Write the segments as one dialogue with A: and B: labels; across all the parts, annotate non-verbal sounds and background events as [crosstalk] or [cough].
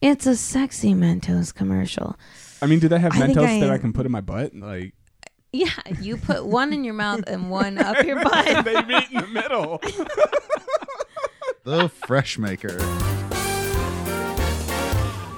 A: It's a sexy Mentos commercial.
B: I mean, do they have
A: I think
B: Mentos
A: I-
B: that I can put in my butt? Like
A: Yeah, you put one in your mouth and one up
B: [laughs]
A: your butt.
B: they meet in the middle.
C: The Fresh Maker.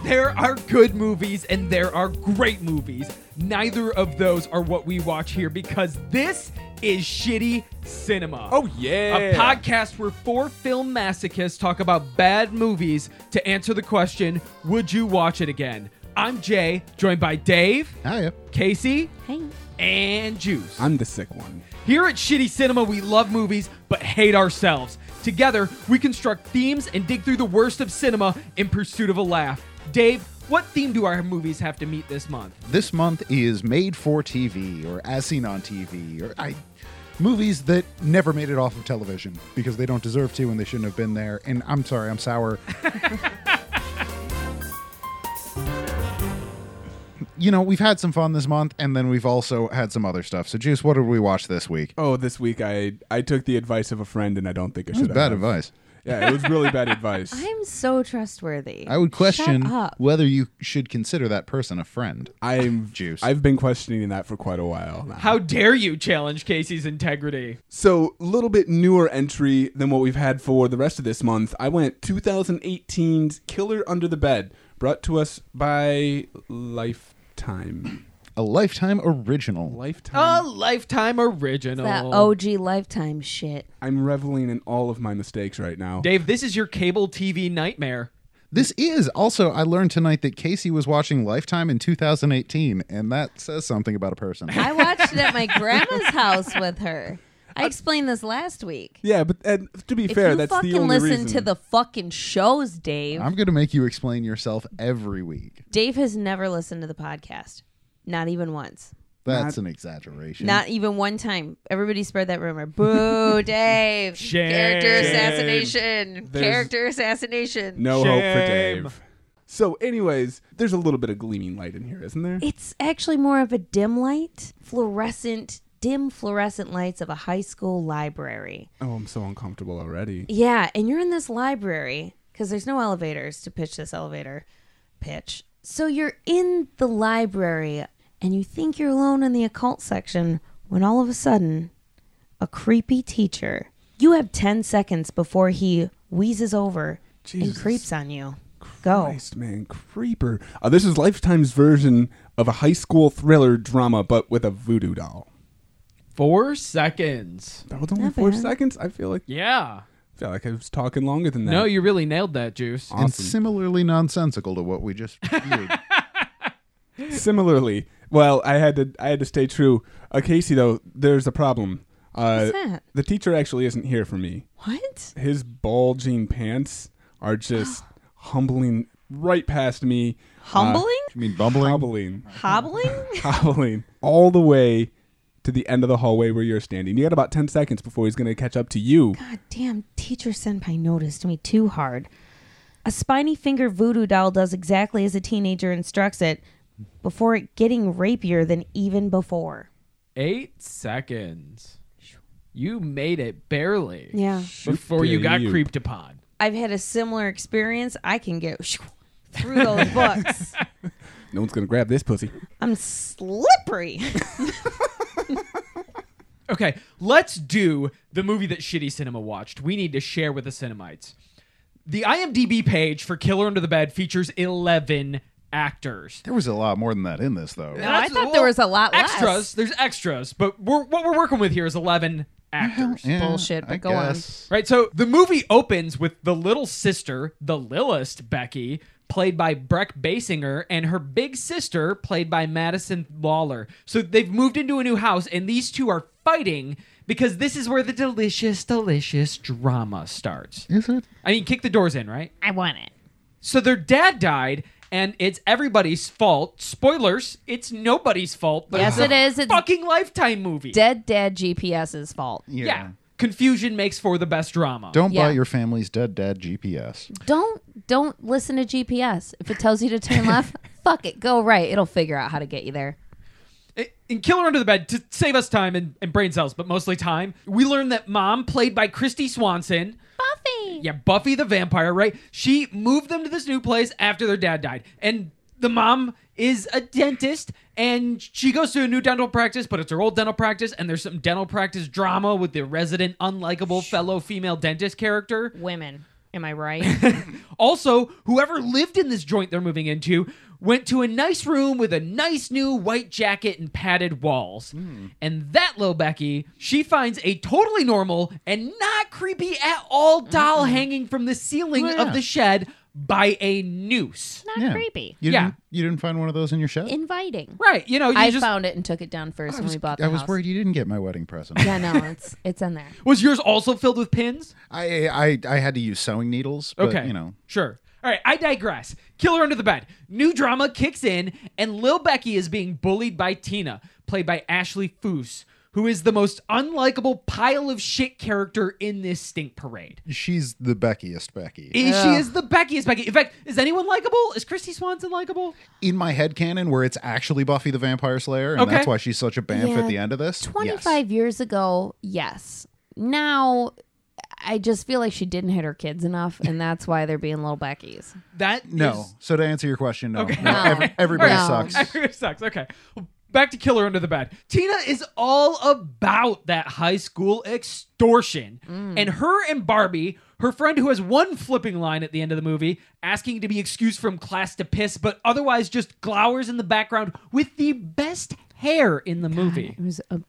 D: There are good movies and there are great movies. Neither of those are what we watch here because this is shitty cinema.
B: [laughs] Oh yeah.
D: A podcast where four film masochists talk about bad movies to answer the question, would you watch it again? I'm Jay, joined by Dave,
C: Hiya.
D: Casey,
A: Hey,
D: and Juice.
B: I'm the sick one.
D: Here at Shitty Cinema, we love movies but hate ourselves. Together, we construct themes and dig through the worst of cinema in pursuit of a laugh. Dave, what theme do our movies have to meet this month?
C: This month is made for TV or as seen on TV or I movies that never made it off of television because they don't deserve to and they shouldn't have been there. And I'm sorry, I'm sour. [laughs] you know, we've had some fun this month and then we've also had some other stuff. So Juice, what did we watch this week?
B: Oh, this week I I took the advice of a friend, and I don't think I
C: That was
B: should.
C: bad
B: have.
C: advice.
B: Yeah, it was
A: [laughs]
B: really bad advice.
A: I'm so trustworthy.
C: I would question
A: Shut up.
C: whether you should consider that person a friend.
B: I'm
C: Juice.
B: I've been questioning that for quite a while. Now.
D: How dare you challenge Casey's integrity?
B: So, a little bit newer entry than what we've had for the rest of this month. I went 2018's Killer Under the Bed, brought to us by Lifetime.
C: A lifetime original.
B: Lifetime.
A: Oh.
D: A lifetime original.
A: Mm. that OG lifetime shit.
B: I'm reveling in all of my mistakes right now.
D: Dave, this is your cable TV nightmare.
C: This is also, I learned tonight that Casey was watching Lifetime in 2018, and that says something about a person.
A: I watched it at my grandma's
B: [laughs]
A: house with her. I explained this last week.
B: yeah, but and to be
A: If
B: fair,
A: you
B: that's
A: fucking
B: the only
A: listen
B: reason.
A: to the fucking shows, Dave.
C: I'm going to make you explain yourself every week.
A: Dave has never listened to the podcast. Not even once.
C: That's an exaggeration.
A: Not even one time. Everybody spread that rumor.
B: [laughs]
A: Boo, Dave.
D: Shame.
A: Character assassination.
B: There's-
A: Character assassination.
B: no hope for
D: Shame.
B: Dave. So, anyways, there's a little bit of gleaming light in here, isn't there?
A: It's actually more of a dim light, fluorescent, dim fluorescent lights of a high school library.
B: Oh, I'm so uncomfortable already.
A: Yeah, and you're in this library because there's no elevators to pitch this elevator pitch. So you're in the library and you think you're alone in the occult section when all of a sudden, a creepy teacher, you have 10 seconds before he wheezes over
B: Jesus
A: and creeps on you. Go.
B: Christ, man, creeper. Uh, this is Lifetime's version of a high school thriller drama, but with a voodoo doll.
D: Four seconds.
B: That was only
A: Not
B: four
A: bad.
B: seconds. I feel like
D: Yeah.
B: I feel like I was talking longer than that.
D: No, you really nailed that, Juice.
C: and similarly nonsensical to what we
A: [laughs]
C: just viewed.
B: Similarly, well, I had to I had to stay true. Uh, Casey, though, there's a problem. Uh,
A: What's that?
B: The teacher actually isn't here for me.
A: What?
B: His bulging pants
A: [gasps]
B: are just humbling right past me. Uh,
A: Humbling?
C: you mean bumbling?
B: Hobbling,
A: Hobbling?
B: [laughs] hobbling all the way to the end of the hallway where you're standing. You got about ten seconds before he's going to catch up to you.
A: God damn, teacher senpai noticed me too hard. A spiny finger voodoo doll does exactly as a teenager instructs it before it getting rapier than even before.
D: Eight seconds. You made it barely.
A: Yeah.
D: Before you
B: Dare
D: got
B: you.
D: creeped upon.
A: I've had a similar experience. I can get through [laughs] those books.
B: No one's going to grab this pussy.
A: I'm slippery.
D: Okay, let's do the movie that Shitty Cinema watched. We need to share with the Cinemites. The IMDb page for Killer Under the Bed features 11 actors.
C: There was a lot more than that in this, though.
A: Oh, I
D: That's-
A: thought there was a lot less.
D: extras, There's extras, but we're, what we're working with here is 11 actors.
C: Yeah,
A: bullshit, but
C: I
A: go on.
C: guess.
D: Right, so the movie opens with the little sister, the Lilist Becky, played by Breck Basinger, and her big sister, played by Madison Lawler. So they've moved into a new house, and these two are fighting because this is where the delicious, delicious drama starts.
C: Is it?
D: I mean, kick the doors in, right?
A: I want it.
D: So their dad died, and it's everybody's fault. Spoilers, it's nobody's fault. but
A: Yes,
D: a
A: it is. It's-
D: fucking Lifetime movie.
A: Dead dad GPS's fault.
D: yeah. Confusion makes for the best drama.
C: Don't
A: Yeah.
C: buy your family's dead dad GPS.
A: Don't don't listen to GPS. If it tells you to turn [laughs] left, fuck it, go right. It'll figure out how to get you there.
D: in Killer Under the Bed to save us time and, and brain cells, but mostly time. We learned that mom, played by Christy Swanson,
A: Buffy. Buffy.
D: Yeah, Buffy the vampire, right? She moved them to this new place after their dad died. And the mom is a dentist and she goes to a new dental practice, but it's her old dental practice. And there's some dental practice drama with the resident unlikable fellow female dentist character.
A: Women. Am I right?
D: Also, whoever lived in this joint they're moving into went to a nice room with a nice new white jacket and padded walls. And that low Becky, she finds a totally normal and not creepy at all doll hanging from the ceiling
C: Oh, yeah.
D: of the shed by a noose.
A: Not
C: Yeah.
A: creepy.
C: You
D: Yeah.
C: Didn't, you didn't find one of those in your shed?
A: Inviting.
D: Right, you know, you
A: I
D: just
A: found it and took it down first
C: I
A: when
C: was,
A: we bought the
C: I was
A: house.
C: worried you didn't get my wedding present.
A: Yeah, no, it's it's in
C: [laughs]
A: there.
D: was yours also filled with pins?
C: I, I I had to use sewing needles, but
D: okay.
C: you know.
D: Sure. All right, I digress. Killer Under the Bed. New drama kicks in, and Lil Becky is being bullied by Tina, played by Ashley Foose, who is the most unlikable pile of shit character in this stink parade.
C: She's the Beckiest Becky.
D: I- She is the Beckiest Becky. In fact, is anyone likable? Is Christy Swanson likable?
C: in my head canon where it's actually Buffy the Vampire Slayer, and
D: Okay.
C: that's why she's such a bamf
A: Yeah.
C: at the end of this. Yes.
A: 25 years ago, yes. Now, I just feel like she didn't hit her kids enough, and that's why they're being little Beckies.
D: That
C: No.
D: is-
C: So to answer your question, no.
D: Okay.
C: No,
A: No.
C: ev- everybody
A: No.
C: sucks.
D: [laughs] Everybody sucks. Okay. Back to Killer Under the Bed. Tina is all about that high school extortion.
A: Mm.
D: And her and Barbie, her friend who has one flipping line at the end of the movie, asking to be excused from class to piss, but otherwise just glowers in the background with the best hair in the movie.
A: It was a,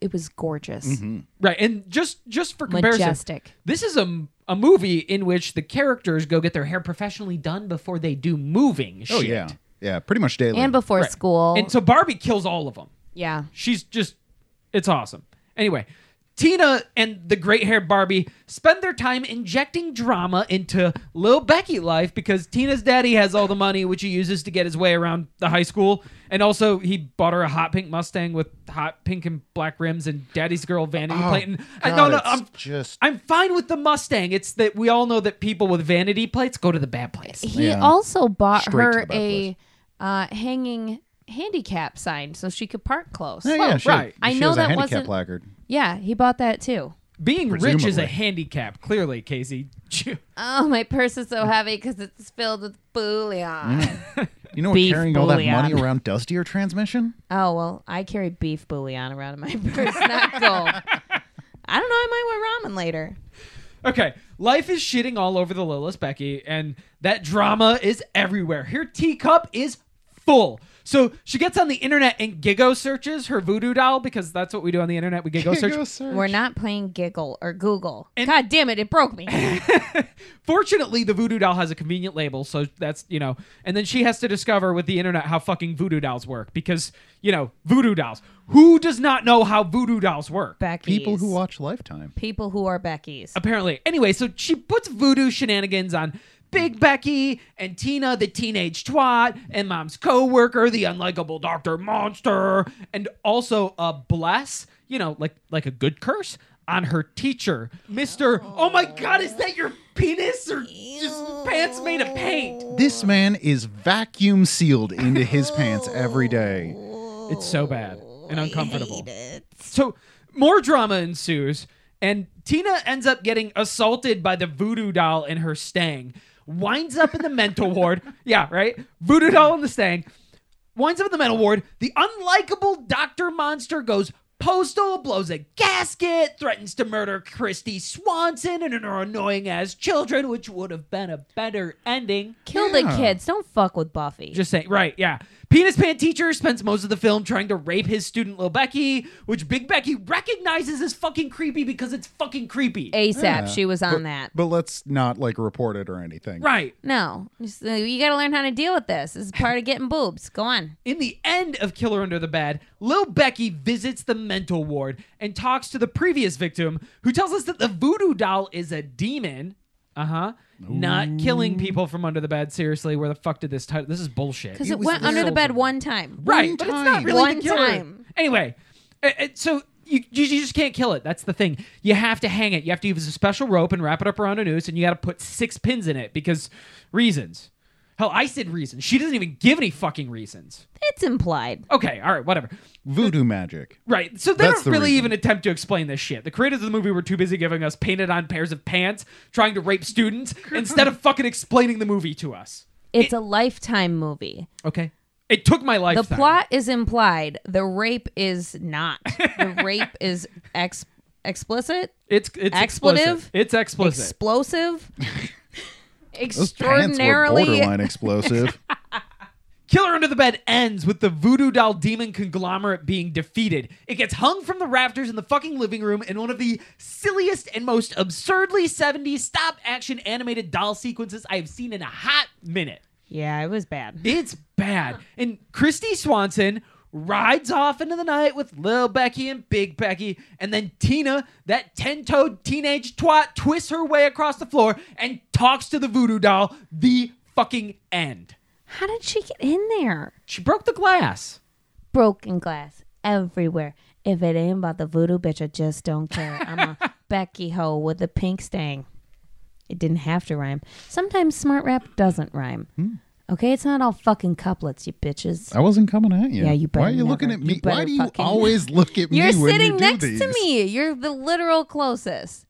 A: it was gorgeous.
C: Mm-hmm.
D: Right. And just just for comparison,
A: Majestic.
D: this is a a movie in which the characters go get their hair professionally done before they do moving shit.
C: Oh yeah. Yeah, pretty much daily.
A: And before
D: Right.
A: school.
D: And so Barbie kills all of them.
A: yeah.
D: She's just, it's awesome. Anyway, Tina and the great hair Barbie spend their time injecting drama into Lil Becky life because Tina's daddy has all the money, which he uses to get his way around the high school. And also, he bought her a hot pink Mustang with hot pink and black rims and daddy's girl vanity
C: Oh,
D: plate. And I-
C: God,
D: no, no,
C: it's
D: I'm
C: just
D: I'm fine with the Mustang. It's that we all know that people with vanity plates go to the bad place.
A: He
C: Yeah.
A: also bought
C: Straight to
A: her
C: the bad
A: a uh, hanging handicap sign so she could park close.
C: Oh, Yeah, yeah, she,
D: right.
A: I
C: she
A: know
C: has
A: that
C: a handicap
A: wasn't-
C: placard.
A: Yeah, he bought that too.
D: Being rich is a
C: Presumably.
D: handicap, clearly, Casey. [laughs]
A: Oh, my purse is so heavy because it's filled with bullion.
C: Mm. You know what
A: Beef
C: carrying all that
A: bullion.
C: money around does to your
D: [laughs]
C: transmission?
A: Oh well, I carry beef bouillon around in my [laughs] purse, not gold. I don't know. I might want ramen later.
D: Okay, life is shitting all over the Lilith Becky, and that drama is everywhere. Her teacup is full. So she gets on the internet and Gigo searches her voodoo doll because that's what we do on the internet. We Gigo search.
A: We're not playing Giggle or Google.
D: And-
A: God damn it! It broke me.
C: [laughs]
D: Fortunately, the voodoo doll has a convenient label, so that's, you know. And then she has to discover with the internet how fucking voodoo dolls work because, you know, voodoo dolls. Who does not know how voodoo dolls work?
A: Beckies.
C: People who Uh, watch Lifetime.
A: people who are Beckies.
D: apparently. Anyway, so she puts voodoo shenanigans on Big Becky and Tina, the teenage twat, and mom's coworker, the unlikable Doctor Monster, and also a bless, you know, like like a good curse on her teacher, Mister. Oh. my God, is that your penis or just pants made of paint?
C: This man is vacuum sealed into his pants every day.
D: It's so bad and uncomfortable. So more drama ensues, and Tina ends up getting assaulted by the voodoo doll in her stang. Winds up in the mental ward. [laughs] Yeah, right? Voodoo doll in the stang. Winds up in the mental ward. The unlikable Dr. Monster goes postal, blows a gasket, threatens to murder Christy Swanson and her annoying ass children, which would have been a better ending.
A: Kill the
C: Yeah.
A: kids. Don't fuck with Buffy.
D: Just saying, right? Yeah. Penis Pan teacher spends most of the film trying to rape his student Lil Becky, which Big Becky recognizes as fucking creepy because it's fucking creepy.
A: ASAP.
C: Yeah.
A: She was on that.
C: But let's not like report it or anything.
D: right.
A: No, Just, uh, you got to learn how to deal with this. This is part of getting boobs. Go on.
D: In the end of Killer Under the Bed, Lil Becky visits the mental ward and talks to the previous victim, who tells us that the voodoo doll is a demon. Uh huh. Not killing people from under the bed. Seriously, where the fuck did this title? This is bullshit.
A: Because
C: It
A: it,
C: was
A: went under the
D: sold
A: bed
D: them.
A: one time.
D: Right,
C: One
D: but it's not
C: time.
D: really
A: One
D: the killer.
A: time.
D: Anyway, uh, uh, so you, you you just can't kill it. That's the thing. You have to hang it. You have to use a special rope and wrap it up around a noose, and you got to put six pins in it because reasons. Hell, I said reasons. She doesn't even give any fucking reasons.
A: It's implied.
D: Okay, all right, whatever.
C: Voodoo magic.
D: Right. So they
C: That's
D: don't
C: the
D: really
C: reason.
D: even attempt to explain this shit. The creators of the movie were too busy giving us painted on pairs of pants, trying to rape
A: [laughs]
D: students, instead of fucking explaining the movie to us.
A: It's a lifetime movie.
D: Okay. It took my life.
A: The plot is implied. The rape is not.
C: [laughs]
A: The rape is ex- explicit,
D: It's it's
A: Expletive?
D: explicit. It's
C: [laughs]
D: explicit.
A: explosive,
C: Those pants were
A: extraordinarily. [laughs]
C: borderline explosive.
D: Killer Under the Bed ends with the voodoo doll demon conglomerate being defeated. It gets hung from the rafters in the fucking living room in one of the silliest and most absurdly 70s stop action animated doll sequences I've seen in a hot minute.
A: Yeah, it was bad.
D: It's bad. And Christy Swanson rides off into the night with Lil Becky and Big Becky, and then Tina, that 10 toed teenage twat, twists her way across the floor and talks to the voodoo doll the fucking end.
A: How did she get in there?
D: She broke the glass.
A: Broken glass everywhere. If it ain't about the voodoo bitch, I just don't care. I'm
C: [laughs]
A: a Becky hoe with a pink stain. It didn't have to rhyme. Sometimes smart rap doesn't rhyme.
C: Hmm.
A: Okay, it's not all fucking couplets, you bitches.
C: I wasn't coming at you.
A: Yeah, you
C: Why are
A: better
C: you looking at
A: never.
C: me?
A: You
C: Why
A: better
C: do you
A: fucking- [laughs]
C: always look at me?
A: You're
C: when
A: sitting
C: you do
A: next to
C: these?
A: me. You're the literal closest.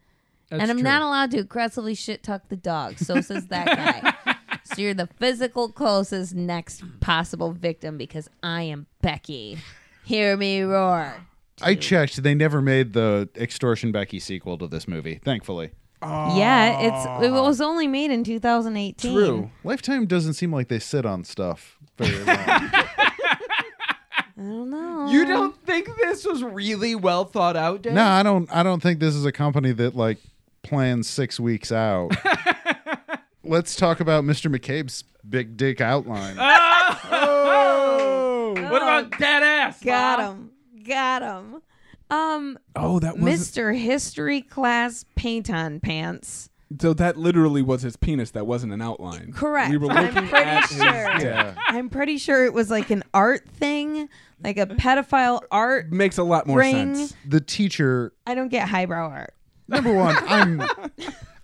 A: and I'm not allowed to aggressively shit tuck the dog. So says that
C: [laughs]
A: guy. so you're the physical closest next possible victim because I am Becky. Hear me roar.
C: I checked. They never made the extortion Becky sequel to this movie. Thankfully,
A: Yeah, it's it was only made in 2018.
B: True.
C: Lifetime doesn't seem like they sit on stuff
A: [laughs]
C: very long.
A: I don't know.
D: You don't think this was really well thought out, Dan?
C: no, I don't. I don't think this is a company that like plans six
A: [laughs]
C: weeks out. Let's talk about Mr. McCabe's big dick
A: [laughs]
C: outline.
D: Oh! What about dead ass?
A: got
D: Mom?
A: him. Got him. Um,
B: Oh, that was
A: Mr. History class paint on pants.
B: so. That literally was his penis. That wasn't an outline.
A: Correct.
B: We were
A: I'm
B: looking
A: pretty
B: at
A: sure.
B: his dick.
A: I'm pretty sure it was like an art thing, like a pedophile art
B: Makes a lot more
A: Ring.
B: sense.
C: the teacher
A: I don't get highbrow art.
C: Number one, I'm.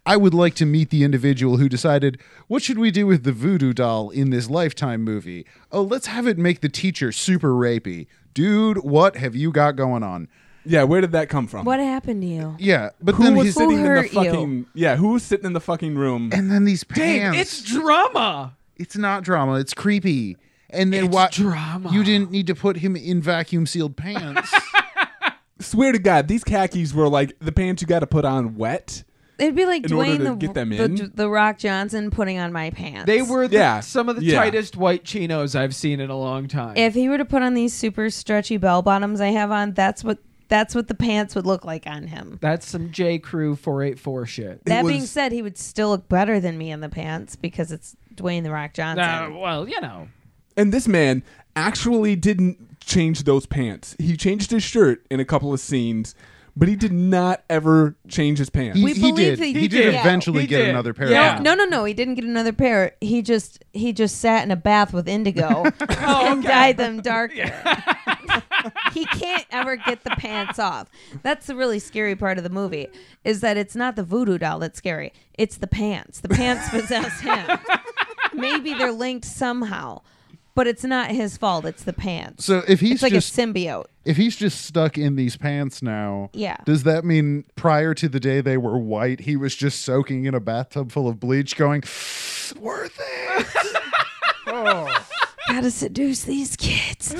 C: I would like to meet the individual who decided, what should we do with the voodoo doll in this lifetime movie? Oh, let's have it make the teacher super rapey. Dude, what have you got going on?
B: Yeah, where did that come from?
A: What happened to you?
C: Yeah, but
B: who
C: then
B: was
C: his,
A: Who
B: sitting in the
A: hurt you?
B: fucking yeah? Who was sitting in the fucking room?
C: and then these
D: Dave,
C: pants.
D: it's drama.
C: It's not drama. It's creepy. And then
D: It's
C: why
D: drama.
C: You didn't need to put him in vacuum sealed
D: [laughs]
C: pants.
B: Swear to God, these khakis were like the pants you got to put on wet.
A: It'd be like
B: In order
A: Dwayne
B: to
A: the,
B: get them
A: the,
B: in?
A: the Rock Johnson putting on my pants.
D: They were the,
B: Yeah,
D: some of the
B: yeah.
D: tightest white chinos I've seen in a long time.
A: If he were to put on these super stretchy bell bottoms I have on, that's what that's what the pants would look like on him.
D: That's some J. Crew 484 shit.
A: That being
B: was-
A: said, he would still look better than me in the pants because it's Dwayne the Rock Johnson.
D: Uh, well, you know.
B: And this man actually didn't change those pants. He changed his shirt in a couple of scenes, but he did not ever change his pants.
C: He,
A: We
C: he
A: believe
C: did.
A: that
C: He,
A: he
C: did
A: did.
C: eventually
D: He
C: get
D: did.
C: another pair.
D: Yeah.
C: Of
A: Oh, No, no, no. He didn't get another pair. He just he just sat in a bath with indigo and dyed them darker. he can't ever get the pants off. That's the really scary part of the movie is that it's not the voodoo doll that's scary. It's the pants. The pants possess him. Maybe they're linked somehow, but it's not his fault. It's the pants.
C: So if he's
A: It's like
C: just
A: a symbiote.
C: if he's just stuck in these pants now,
A: Yeah.
C: does that mean prior to the day they were white, he was just soaking in a bathtub full of bleach, going, worth it?
A: Gotta seduce these kids.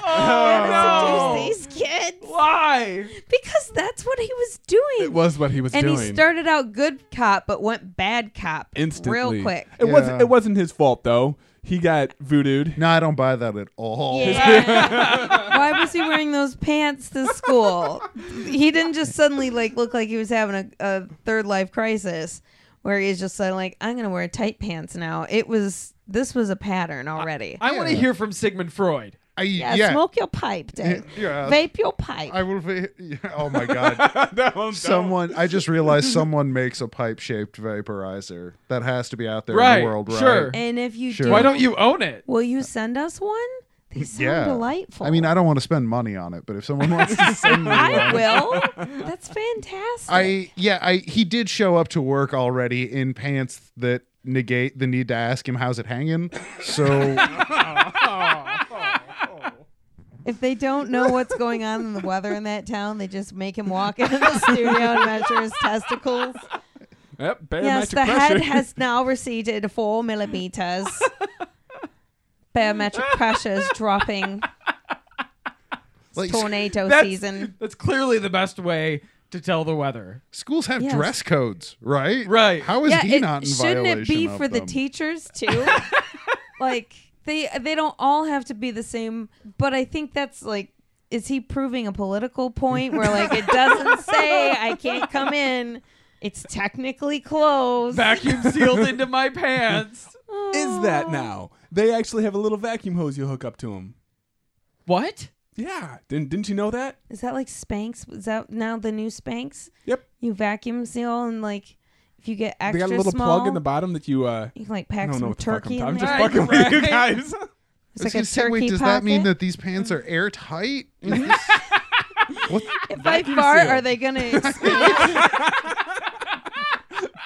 A: Gotta seduce these kids.
D: Why?
A: Because that's what he was doing.
B: it was what he was
A: and
B: doing.
A: he started out good cop but went bad cop
B: instantly,
A: real quick
C: [laughs]
B: It
C: Yeah.
B: wasn't. It wasn't his fault though. He got voodooed.
C: no, I don't buy that at all.
A: why was he wearing those pants to school he didn't just suddenly like look like he was having a, a third life crisis where he's just suddenly like i'm gonna wear tight pants now it was this was a pattern already
D: I want to
C: Yeah.
D: hear from Sigmund Freud.
C: I,
A: yeah,
C: yeah,
A: smoke your pipe Dave.
C: Yeah.
A: vape your pipe
C: I will. Be, yeah, oh my god!
D: [laughs]
C: someone, I just realized someone makes a pipe-shaped vaporizer that has to be out there in
D: Right,
C: the world, right?
D: sure.
A: and if you
C: Sure.
A: do
D: Why don't you own it?
A: will you send us one they sound
C: Yeah.
A: delightful
C: I mean, I don't want to spend money on it, but if someone
A: [laughs]
C: wants to send me one,
A: I
C: [laughs]
A: will that's fantastic
C: I yeah, I he did show up to work already in pants that negate the need to ask him how's it hanging.
D: [laughs]
C: So
A: If they don't know what's going on in the weather in that town, they just make him walk into the studio and measure his testicles.
B: Yep,
E: Yes,
B: barometric
E: the
B: pressure.
E: head has now receded four millimeters. Barometric pressure is dropping.
C: like
E: Tornado
D: That's,
E: season.
D: that's clearly the best way to tell the
A: [laughs]
D: weather.
C: schools have
E: Yes.
C: dress codes, right?
D: Right.
C: How is he
E: it-
C: not in
E: shouldn't
C: violation
E: it be
C: of
E: for the
C: them?
E: teachers
B: [laughs]
E: too? like they they don't all have to be the same. But I think that's like, is he proving a political point where like it
B: [laughs]
E: doesn't say I can't come in? It's technically closed.
D: Vacuum sealed into my pants.
B: is that now? They actually have a little vacuum hose you hook up to them.
D: What?
B: Yeah, didn't didn't you know that?
E: Is that like Spanx? Is that now the new Spanx?
B: Yep.
E: You vacuum seal and like if you get
B: They
E: extra
B: got a little
E: small,
B: plug in the bottom that you. uh [laughs]
E: you can like
B: I
E: pack
B: don't know
E: some
B: what the fuck I'm
E: turkey
B: talking.
E: in
B: I'm
E: there.
B: just
D: Right,
B: fucking with you
D: right.
B: guys.
E: It's
C: I was
E: like
C: gonna
E: a
C: say, wait,
E: turkey
C: does that
E: pocket.
C: mean that these pants are
E: [laughs]
C: airtight? Is this-
E: Mm-hmm.
C: [laughs] what?
E: if I fart,
B: seal.
E: are they
B: [laughs]
E: gonna? expand?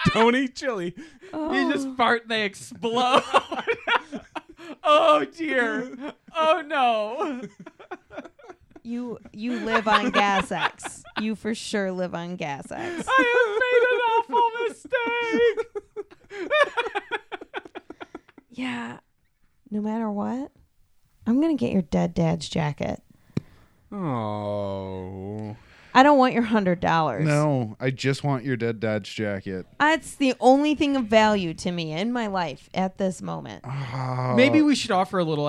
B: Don't eat chili.
E: Oh.
D: You just fart and they explode. [laughs] oh dear. Oh no.
A: You you live on gas X. You for sure live on gas X.
D: I have made an awful mistake.
E: yeah.
A: No matter what, I'm gonna get your dead dad's jacket.
B: Oh.
A: I don't want your hundred dollars.
C: No, I just want your dead dad's jacket.
A: That's the only thing of value to me in my life at this moment.
C: Ah.
D: Maybe we should offer a little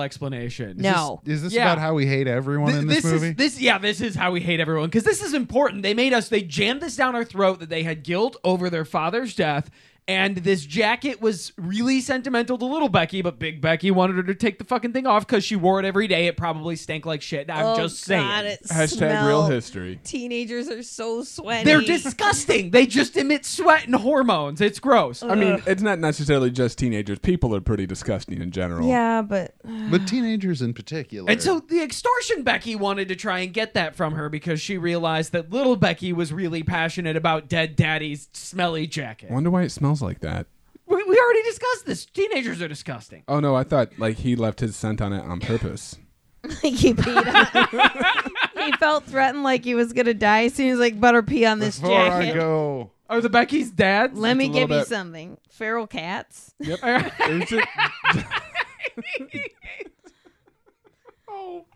C: Is
D: explanation.
C: this-
E: Oh.
A: no.
C: Is this
D: Yeah.
C: about how we hate everyone
D: Th-
C: in this, movie?
D: is this yeah this is how we hate everyone because this is important they made us they jammed this down our throat that they had guilt over their father's death and this jacket was really sentimental to little becky but big becky wanted her to take the fucking thing off because she wore it every day it probably stank like shit i'm
A: Oh,
D: just saying
B: Hashtag real history.
A: Teenagers are so sweaty.
D: they're disgusting [laughs] they just emit sweat and hormones it's gross
B: I mean, it's not necessarily just teenagers. People are pretty disgusting in general.
A: Yeah, but [laughs]
C: but teenagers in particular.
D: And so the extortion Becky wanted to try and get that from her because she realized that little Becky was really passionate about dead daddy's smelly jacket.
B: Wonder why it smells like that.
D: We, we already discussed this. Teenagers are disgusting.
B: Oh no, I thought like he left his scent on it on [laughs] purpose.
A: he peed [laughs] on- he felt threatened like he was gonna die, so he was like, "Better pee on this
C: before I
A: jacket."
C: go,
D: Are the Becky's dads?
A: Let me
B: It's a little
A: give you
B: bit-
A: something. Feral cats.
D: [laughs]
B: Yep. It was just-
D: Oh.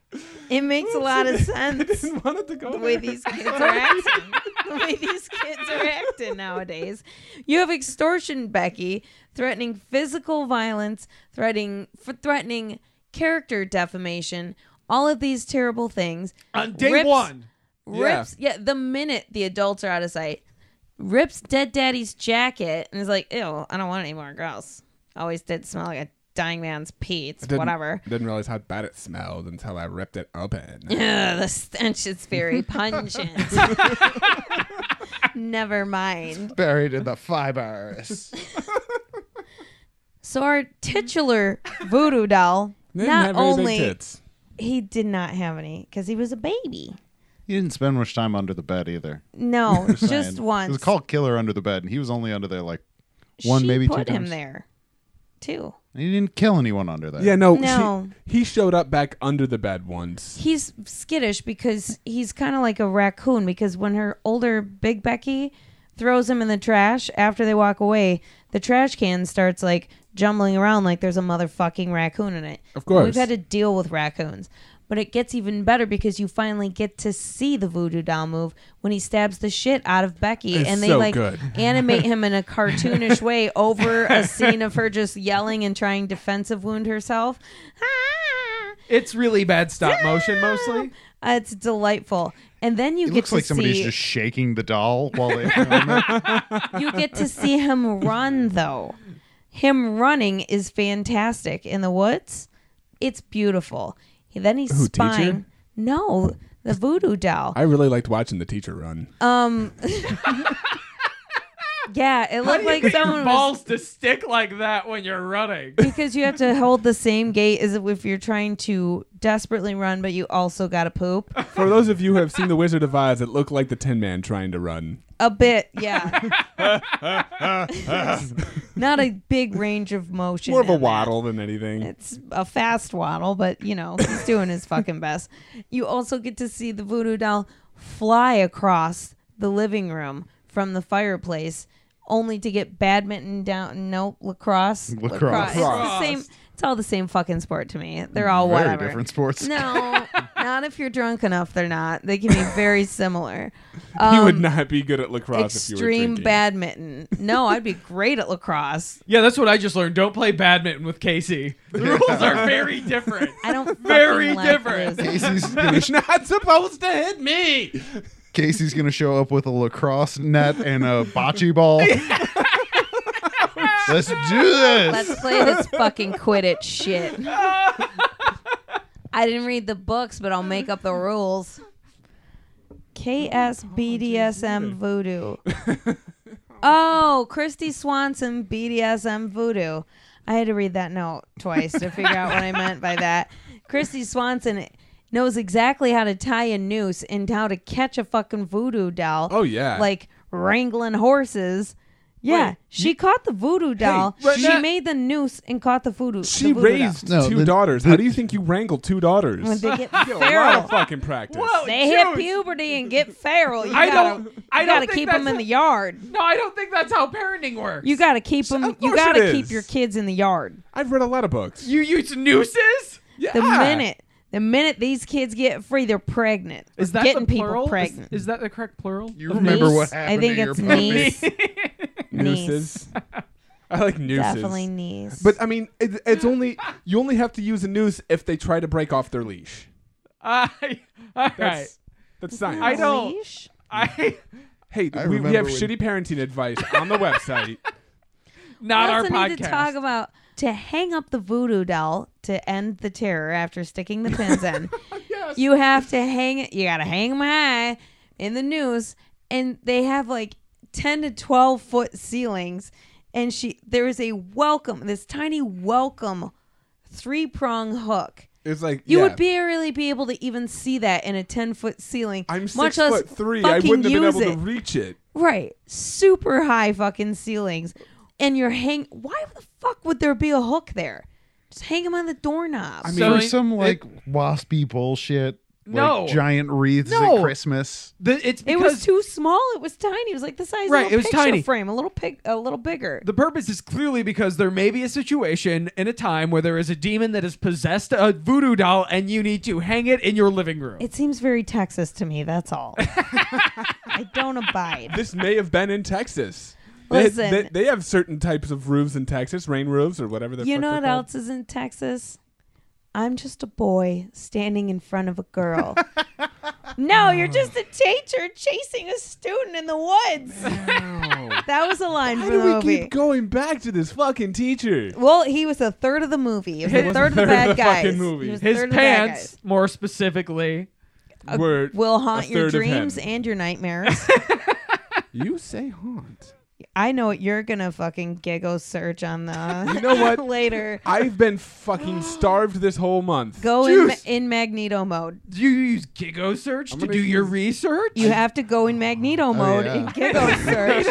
A: It makes a lot of sense.
B: I wanted to go
A: the way
B: there.
A: these kids are acting. The way these kids are acting nowadays. You have extortion, Becky, threatening physical violence, threatening for threatening character defamation, all of these terrible things.
D: On day
A: Rips-
D: one.
B: Yeah.
A: Rips yeah. the minute the adults are out of sight, rips dead daddy's jacket and is like, Ew, I don't want any more girls. Always did smell like a dying man's pee. It's
B: [laughs] Didn't-
A: whatever. [laughs]
B: Didn't realize how bad it smelled until I ripped it open.
A: Ugh, the stench is very
C: [laughs]
A: pungent. Never mind.
C: buried in the
D: [laughs]
C: fibers.
A: So our titular voodoo doll,
B: They didn't
A: not
B: have very big
A: only
B: tits.
A: he did not have any because he was a
C: [laughs]
A: baby.
C: He didn't spend much time under the bed either.
A: No,
C: Saying.
A: just
C: It
A: once.
C: was called Killer Under the Bed, and he was only under there like one,
A: she
C: maybe two
A: put him
C: times.
A: there, too.
C: He didn't kill anyone under there.
B: Yeah, no, she-
A: No.
B: he showed up back under the bed once.
A: He's skittish because he's kind of like a raccoon. Because when her older Big Becky throws him in the trash after they walk away, the trash can starts like jumbling around like there's a motherfucking raccoon in it.
B: Of course.
A: We've had to deal with raccoons. But it gets even better because you finally get to see the voodoo doll move when he stabs the shit out of Becky
B: It's
A: and they
B: so
A: like
B: good.
A: animate him
B: [laughs]
A: in a cartoonish way over a scene of her just yelling and trying defensive wound herself. [laughs] Ah!
D: It's really bad stop motion mostly.
A: Uh, it's delightful. And then you
C: It
A: get
C: looks
A: to
C: like somebody's
A: see
C: just shaking the doll
A: [laughs]
C: while they film it.
A: you get to see him run though. Him running is fantastic in the woods. It's beautiful. He, then he's
B: Who, teacher?
A: spying. No, the voodoo doll.
B: I really liked watching the teacher run.
A: Um [laughs] Yeah, it looked like someone was
D: Balls to stick like that when you're running. [laughs]
A: because you have to hold the same gait as if you're trying to desperately run, but you also got to poop.
B: For those of you who have seen The Wizard of Oz, it looked like the Tin Man trying to run.
A: a bit, yeah. Not a big range of motion.
B: More of a
A: in that.
B: waddle than anything.
A: It's a fast waddle, but you know, he's doing his fucking best. You also get to see the voodoo doll fly across the living room from the fireplace only to get badminton down no lacrosse.
C: Lacrosse.
A: It's the
D: Lacrosse.
A: same it's all the same fucking sport to me. They're all
C: Very
A: whatever.
C: different sports.
A: No, not if you're drunk enough. They're not. They can be
B: [laughs]
A: very similar. Um,
B: you would not be good at lacrosse if you were
A: extreme
B: drinking.
A: badminton. No, I'd be great at lacrosse.
D: Yeah, that's what I just learned. Don't play badminton with Casey. The rules are very different.
A: I
B: [laughs]
A: don't. fucking
D: Very
A: like
D: different.
A: those.
C: Casey's gonna,
B: not supposed to hit me.
D: Me.
C: Casey's gonna show up with a lacrosse net and a bocce
A: [laughs]
C: ball. Let's do this.
A: Let's play this fucking Quidditch shit. I didn't read the books, but I'll make up the rules. KSBDSM Voodoo. Oh, Christy Swanson BDSM Voodoo. I had to read that note twice to figure out what I meant by that. Christy Swanson knows exactly how to tie a noose and how to catch a fucking voodoo doll.
B: Oh, yeah.
A: Like wrangling horses. Yeah,
B: Wait,
A: she caught the voodoo doll.
B: but
A: she
B: that-
A: made the noose and caught the voodoo.
B: She
A: the voodoo
B: raised
C: No,
B: two
C: the-
B: daughters. How do you think you wrangle two daughters?
A: doll. when they get
D: [laughs]
B: a lot
A: feral.
B: of fucking practice.
D: Whoa.
A: They hit
D: Dude.
A: puberty and get feral. You
D: I
A: gotta,
D: don't- I
A: you
D: don't
A: gotta
D: think
A: keep them
D: that's
A: in
D: a-
A: the yard.
D: No, I don't think that's how parenting works.
A: You gotta keep them.
B: Of
A: You
B: course it
A: gotta keep
B: is.
A: your kids in the yard.
B: I've read a lot of books.
D: you use nooses?
B: yeah.
A: The minute, the minute these kids get free, they're pregnant.
D: Is that
A: getting
D: the plural?
A: people pregnant?
D: Is, is that the correct plural?
C: you remember
A: Niece?
C: what happened
A: I think
C: to
A: it's
C: your puppy.
A: niece. niece.
B: nooses. [laughs] I like nooses.
A: Definitely knees.
B: But I mean, it, it's only you only have to use a noose if they try to break off their leash.
D: [laughs] I, all
B: That's
D: right.
B: that's science.
D: I don't-
A: Leash?
D: I
B: Hey,
C: I
B: we, we
C: remember
B: have
C: when-
B: shitty parenting advice on the
C: [laughs]
B: website.
D: not
A: We
D: our
A: also need to talk
D: podcast.
A: about to hang up the voodoo doll to end the terror after sticking the pins
B: [laughs]
A: in. You have to hang it. You gotta hang them high in the noose, and they have like ten to twelve foot ceilings. And she, there is a welcome, this tiny welcome, three prong hook.
B: It's like
A: You
B: yeah.
A: would barely be able to even see that in a ten foot ceiling.
B: I'm six
A: much less
B: foot three. I
A: fucking
B: wouldn't have been
A: use
B: able to
A: it.
B: reach it.
A: Right. Super high fucking ceilings. And you're hang why the fuck would there be a hook there? Just hang them on the doorknob.
B: I mean,
D: So-
C: Or some like waspy bullshit. like
D: No.
C: giant wreaths
D: No.
C: at Christmas.
D: The, it's
A: it
D: because
A: was too small. It was tiny. It was like the size
D: Right,
A: of
D: it
A: a
D: was
A: picture
D: tiny.
A: frame, a little pig, a little bigger.
D: The purpose is clearly because there may be a situation in a time where there is a demon that has possessed a voodoo doll and you need to hang it in your living room.
A: It seems very Texas to me. That's all. I don't abide.
B: This may have been in Texas.
A: Listen.
B: They, they, they have certain types of roofs in Texas, rain roofs or whatever. The
A: You
B: fuck
A: know
B: they're
A: what
B: called.
A: else is in Texas? I'm just a boy standing in front of a girl. no, you're just a teacher chasing a student in the woods. That was a line
B: Why
A: from the
B: do we
A: movie.
B: keep going back to this fucking teacher?
A: Well, he was a third of the movie. He was
D: His-
A: a third of the
B: third
A: bad
B: of the
A: guys.
B: fucking movie.
A: He was a
D: His
A: third of the bad
D: pants, more specifically.
A: guys. A-
B: Were
A: will
B: a
A: haunt your
B: third of him.
A: dreams and your
B: [laughs]
A: nightmares.
B: You say haunt.
A: I know what you're gonna fucking giggle search on the.
B: You know
A: [laughs]
B: what?
A: later,
B: I've been
A: [gasps]
B: fucking starved this whole month.
A: go in, ma-
D: Juice.
A: in Magneto mode.
D: Do you use Gigo Search to
B: gonna
D: do your
B: use-
D: research?
A: You have to go in
B: Oh,
A: Magneto mode
C: yeah.
A: and
B: [laughs]
A: giggle search,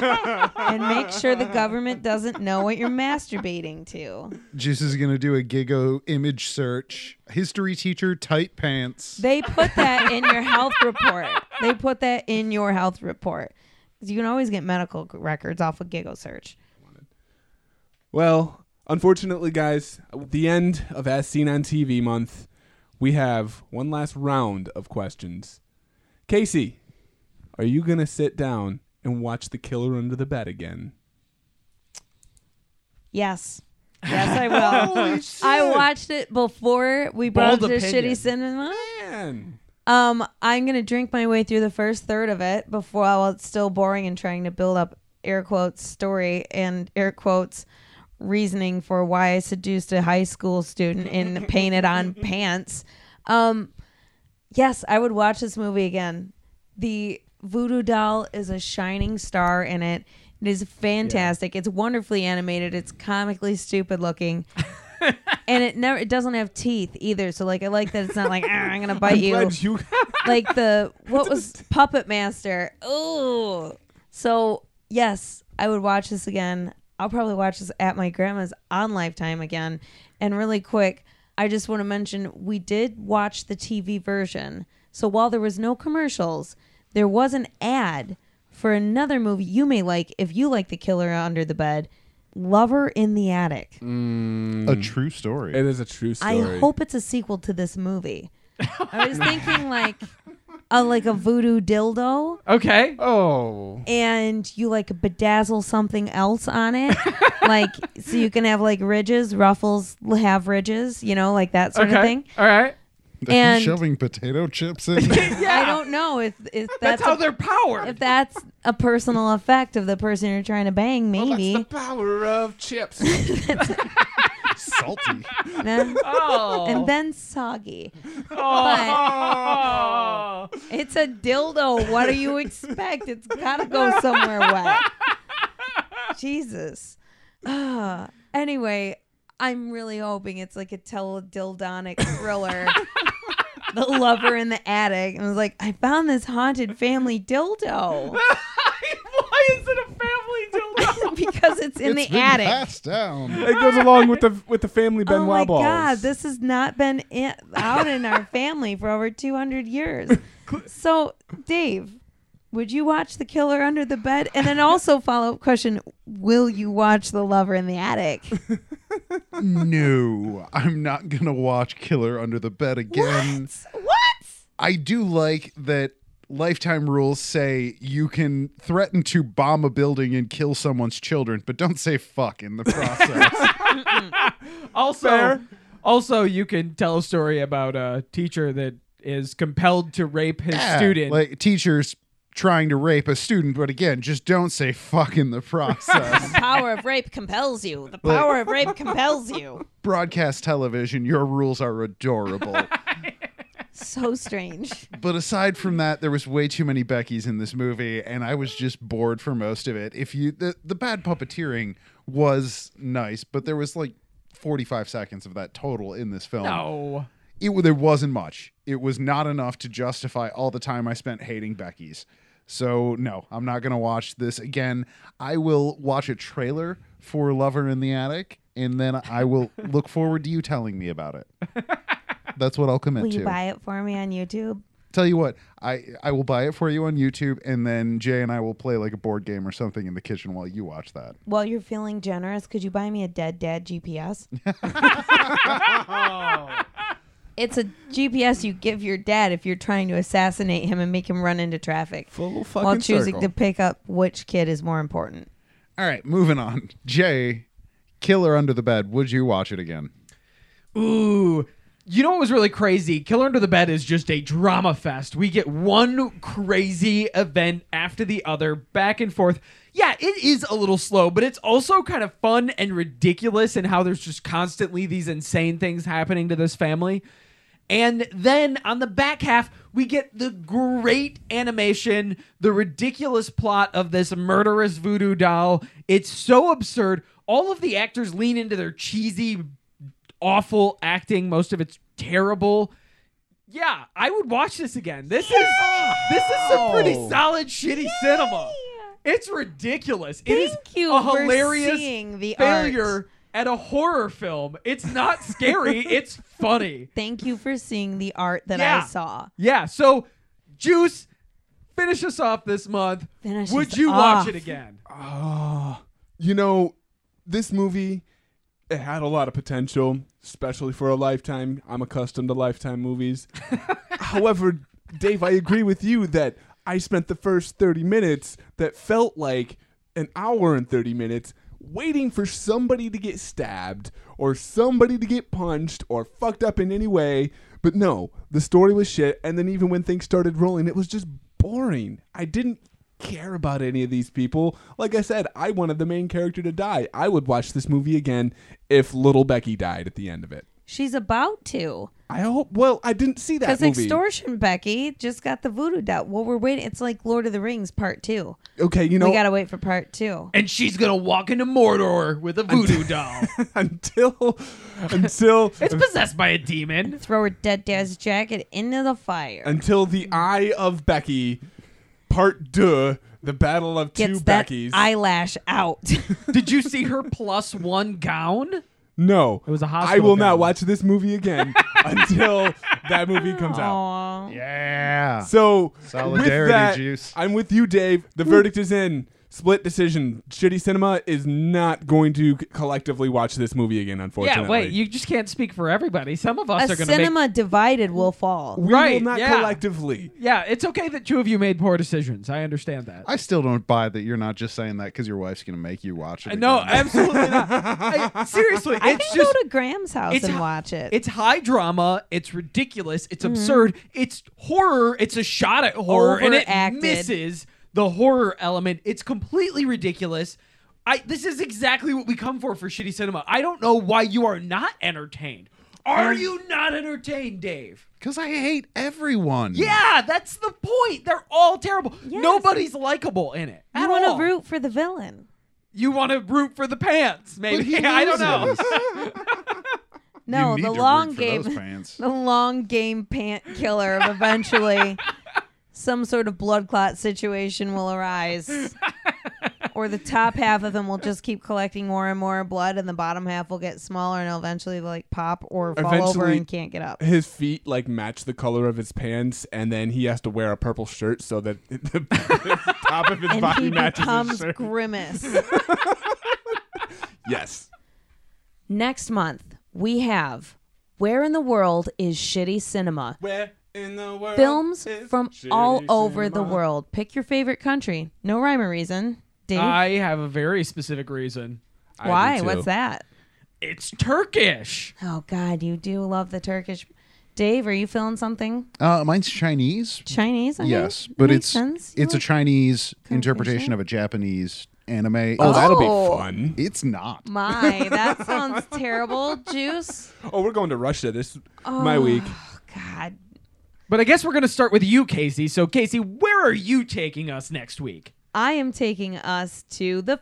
A: and make sure the government doesn't know what you're masturbating to.
C: Juice is gonna do a gigo image search. History teacher tight pants.
A: They put that in your health report. They put that in your health report. 'Cause You can always get medical g- records off of Giggle Search.
B: Well, unfortunately, guys, at the end of As Seen on TV month, we have one last round of questions. Casey, are you going to sit down and watch The Killer Under the Bed again?
D: [laughs]
A: Yes. Yes, I will. I watched it before we brought
D: Bold
A: it to
D: opinion.
A: shitty cinema.
B: Man.
A: Um, I'm gonna drink my way through the first third of it before while it's still boring and trying to build up air quotes story and air quotes reasoning for why I seduced a high school student [laughs] in painted on pants. Um, yes, I would watch this movie again. The voodoo doll is a shining star in it. It is fantastic. It's wonderfully animated. It's comically stupid [laughs] looking. and it never it doesn't have teeth either. So like I like that it's not like "Ah, I'm
B: [laughs]
A: gonna bite you
B: Glad you
A: like the what was Puppet Master. Ooh, So, yes, I would watch this again. I'll probably watch this at my grandma's on Lifetime again. And really quick, I just want to mention we did watch the TV version. So, while there was no commercials, there was an ad for another movie you may like if you like The Killer Under the Bed, Lover in the Attic.
C: A true story.
B: It is a true story.
A: I hope it's a sequel to this movie. I was thinking like a like a voodoo dildo
D: Okay.
B: Oh,
A: and you like bedazzle something else on it. like so you can have like ridges, ruffles have ridges, you know, like that sort
D: Okay.
A: of thing.
D: All right.
C: Are you
A: and-
C: shoving potato chips [laughs] in.
A: I don't know if if that's,
D: That's, how
A: a,
D: they're powered.
A: if that's a personal effect of the person you're trying to bang,
D: Oh,
A: maybe.
B: the power of chips.
C: [laughs] Salty.
A: No?
D: oh.
A: And then soggy.
D: oh.
A: It's a dildo. What do you expect? It's gotta go somewhere wet. Jesus. Ah. anyway, I'm really hoping it's like a teledildonic thriller. the lover in the attic. And I was like, I found this haunted family dildo.
D: [laughs]
A: [laughs]
D: Why is it a family dildo?
A: because it's in
C: It's
A: the
C: been
A: attic.
C: Passed down.
B: it goes along with the with the family Benoit
A: oh my
B: balls.
A: god, this has not been in, out in our family for over 200 years. So, Dave, would you watch The Killer Under the Bed? And then also follow up question: Will you watch The Lover in the Attic?
C: no, I'm not gonna watch Killer Under the Bed again.
A: what?
C: I do like that lifetime rules say you can threaten to bomb a building and kill someone's children, but don't say fuck [laughs] in the process.
D: [laughs] also, also, you can tell a story about a teacher that is compelled to rape his
C: Yeah,
D: student.
C: Like teachers trying to rape a student, but again, just don't say fuck in the
D: [laughs]
C: process.
A: Power of rape compels you. The power of rape compels you.
C: Broadcast television, your rules are
D: [laughs]
C: adorable.
A: So strange.
C: But aside from that, there was way too many Beckys in this movie, and I was just bored for most of it. If you the, the bad puppeteering was nice, but there was like 45 seconds of that total in this film.
D: no.
C: it there wasn't much. It was not enough to justify all the time I spent hating Becky's. So no, I'm not gonna watch this again. I will watch a trailer for Lover in the Attic, and then I will look forward to you telling me about it. That's what I'll commit
A: Will
C: to.
A: you buy it for me on YouTube?
C: Tell you what, I I will buy it for you on YouTube, and then Jay and I will play like a board game or something in the kitchen while you watch that.
A: While you're feeling generous, could you buy me a dead dad GPS?
B: [laughs]
A: It's a GPS you give your dad if you're trying to assassinate him and make him run into traffic
B: full fucking
A: while choosing
B: circle.
A: to pick up which kid is more important.
C: All right, moving on. Jay, Killer Under the Bed. Would you watch it again?
D: Ooh. You know what was really crazy? Killer Under the Bed is just a drama fest. We get one crazy event after the other, back and forth. Yeah, it is a little slow, but it's also kind of fun and ridiculous in how there's just constantly these insane things happening to this family. And then on the back half, we get the great animation, the ridiculous plot of this murderous voodoo doll. It's so absurd. All of the actors lean into their cheesy, awful acting. Most of it's terrible. Yeah, I would watch this again. This is this is some pretty solid shitty cinema. It's ridiculous. it is
A: Thank you
D: a
A: for
D: hilarious
A: seeing the
D: failure
A: art.
D: at a horror film. It's
A: [laughs]
D: not scary. it's funny.
A: Thank you for seeing the art that
D: Yeah.
A: I saw.
D: Yeah. So, Juice, finish us off this month.
A: Finish
D: Would
A: us
D: you
A: off.
D: watch it again?
B: Ah, you know, this movie it had a lot of potential, especially for a lifetime. I'm accustomed to lifetime movies. However, Dave, I agree with you that I spent the first 30 minutes that felt like an hour and 30 minutes waiting for somebody to get stabbed or somebody to get punched or fucked up in any way. But no, the story was shit. And then even when things started rolling, it was just boring. I didn't care about any of these people. Like I said, I wanted the main character to die. I would watch this movie again if little Becky died at the end of it.
A: She's about to.
B: I hope. Well, I didn't see that
A: Because
B: movie.
A: Extortion Becky just got the voodoo dot. Well, we're waiting. It's like Lord of the Rings part two.
B: okay, you know,
A: we got to wait for part two.
D: And she's gonna walk into Mordor with
A: [laughs]
D: a voodoo doll.
B: [laughs] until until
D: It's possessed by
A: [laughs]
D: a demon.
A: Throw her dead dad's jacket into the fire.
B: until the eye of Becky, part deux, The battle of two
A: gets that
B: Beckys.
A: eyelash out. [laughs]
D: Did you see her plus one gown?
B: no,
D: It was a
B: I
D: hospital
B: will not
D: gown.
B: watch this
A: [laughs]
B: movie again until that movie comes out.
A: Aw.
C: Yeah.
B: So with
C: Solidarity
B: that,
C: juice.
B: I'm with you, Dave. The verdict is in. Split decision. Shitty cinema is not going to collectively watch this movie again. Unfortunately,
D: Yeah, wait, you just can't speak for everybody. Some of us
A: A
D: are going to make
A: cinema divided will fall.
B: we will
D: Right,
B: not
D: yeah.
B: collectively.
D: Yeah, it's okay that two of you made poor decisions. I understand that.
C: I still don't buy that you're not just saying that because your wife's going to make you watch it.
D: Uh,
C: [laughs]
D: no,
C: again.
D: absolutely not. I- seriously,
A: I
D: it's
A: can
D: just
A: go to Graham's house
D: it's
A: and
D: hi-
A: watch it. Mm-hmm.
D: it's high drama. It's ridiculous. It's absurd. It's horror. It's a shot at horror, and it
A: Overacted.
D: misses the horror element. It's completely ridiculous. I this is exactly what we come for for shitty cinema. I don't know why you are not entertained. Are
A: Mm.
D: you not entertained, Dave?
C: because I hate everyone.
D: Yeah, that's the point. They're all terrible. Nobody's likable in it.
A: you
D: at
A: want
D: all.
A: to root for the villain.
D: You want to root for the pants,
C: But
D: maybe.
C: he
D: [laughs] I don't know.
C: loses.
A: No,
C: You need
A: the
C: to root
A: long
C: for
A: game. [laughs]
C: those fans.
A: the long game pant killer of eventually some sort of blood clot situation will arise or the top half of them will just keep collecting more and more blood and the bottom half will get smaller and like like pop or fall over
B: Eventually-
A: and can't get up
B: His feet like match the color of his pants, and then he has to wear a purple shirt so that [laughs] it- the the top of his
A: and
B: body
A: he
B: matches his
A: becomes
B: shirt.
A: grimace
B: Yes.
A: next month we have where in the world is shitty cinema
B: Where in the world?
A: films
B: is
A: from
B: shitty
A: all over the
B: cinema?
A: world pick your favorite country no rhyme or reason Dave,
D: I have a very specific reason.
B: I do
A: why
B: too.
A: what's that
D: It's Turkish.
A: Oh God, you do love the Turkish. Dave, are you feeling something
C: Uh, mine's Chinese.
A: Chinese? I
C: Yes,
A: think?
C: but
A: Makes
C: it's
A: sense.
C: it's a
A: You-
C: Chinese
A: Conversation.
C: interpretation of a Japanese anime.
B: Oh, that'll
A: Oh.
B: be fun.
C: it's not.
A: my.
C: [laughs]
A: That sounds terrible. Juice.
B: Oh, we're going to Russia this my week.
A: Oh, God,
D: But I guess we're going to start with you, Casey. So, Casey, where are you taking us next week?
A: I am taking us to the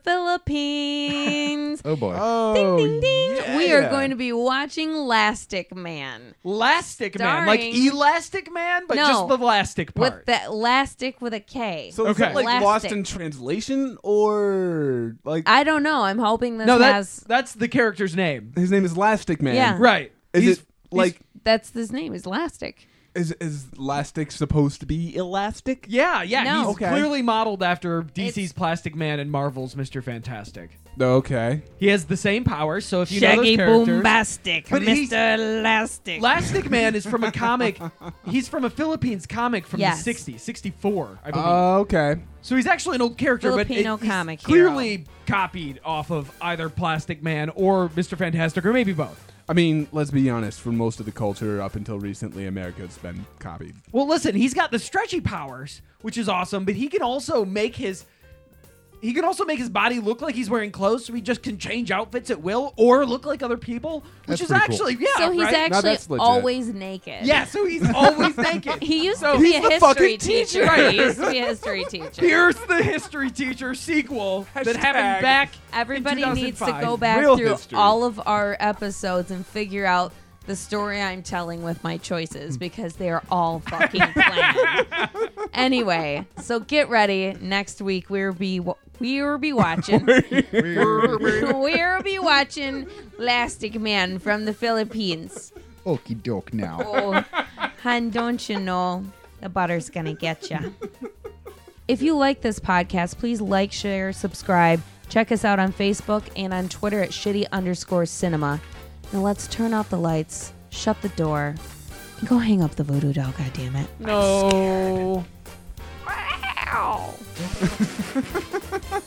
A: Philippines.
C: Oh boy.
B: Oh,
A: Ding, ding. We are going to be watching Elastic Man
D: Elastic Man. Like
A: Starring-
D: Elastic Man, but
A: No.
D: just the elastic part.
A: with the elastic with a K.
B: So is
D: Okay.
B: that like
A: Elastic.
B: lost in translation or like
A: I don't know. I'm hoping this
D: no, that,
A: has.
D: that's the character's name.
B: his name is Elastic Man.
A: Yeah.
D: Right.
B: Is
D: He's-
B: it like
A: That's his name. Is Elastic.
B: is is elastic supposed to be elastic?
D: Yeah, yeah.
A: No.
D: He's
B: Okay.
D: clearly modeled after DC's
A: It's-
D: Plastic Man and Marvel's Mr. Fantastic.
B: Okay.
D: He has the same power, so if you
A: Shaggy
D: know those characters,
A: Boombastic,
D: But he's-
A: Mr. Elastic.
D: Elastic Man is from
C: [laughs]
D: a comic. He's from a Philippines comic from
A: Yes.
D: the 60s, 64, I believe.
C: Uh,
B: Okay.
D: so he's actually an old character,
A: Filipino
D: but it, he's
A: comic hero.
D: clearly copied off of either Plastic Man or Mr. Fantastic, or maybe both.
B: I mean, let's be honest. For most of the culture up until recently, America's been copied.
D: Well, listen, he's got the stretchy powers, which is awesome, but he can also make his he can also make his body look like he's wearing clothes, so he just can change outfits at will or look like other people, which
C: That's
D: is
C: pretty cool.
D: actually yeah.
A: so he's
D: right?
B: Now
A: actually
B: that's legit.
A: always naked.
D: yeah, so he's always
C: [laughs]
A: [laughs]
D: naked.
A: He used
D: So-
A: to be
D: He's
A: a
B: the
A: history
B: fucking
A: teacher.
B: teacher.
A: He used to be a history teacher.
D: Here's the history teacher sequel that happened
B: Hashtag.
D: back. in
A: Everybody needs to
D: 2005.
A: go back
B: Real
A: through
B: history.
A: all of our episodes and figure out the story I'm telling with my choices because they are all fucking
D: [laughs]
A: planned. anyway, so get ready. Next week we'll be we'll be watching
B: [laughs]
A: we'll be watching Elastic Man from the Philippines.
C: Okie doke now.
A: Oh, hun, don't you know the butter's gonna get you. If you like this podcast, please like, share, subscribe. Check us out on Facebook and on Twitter at shitty underscore cinema. Now let's turn off the lights, shut the door, and go hang up the voodoo doll, goddammit.
D: No.
A: Wow.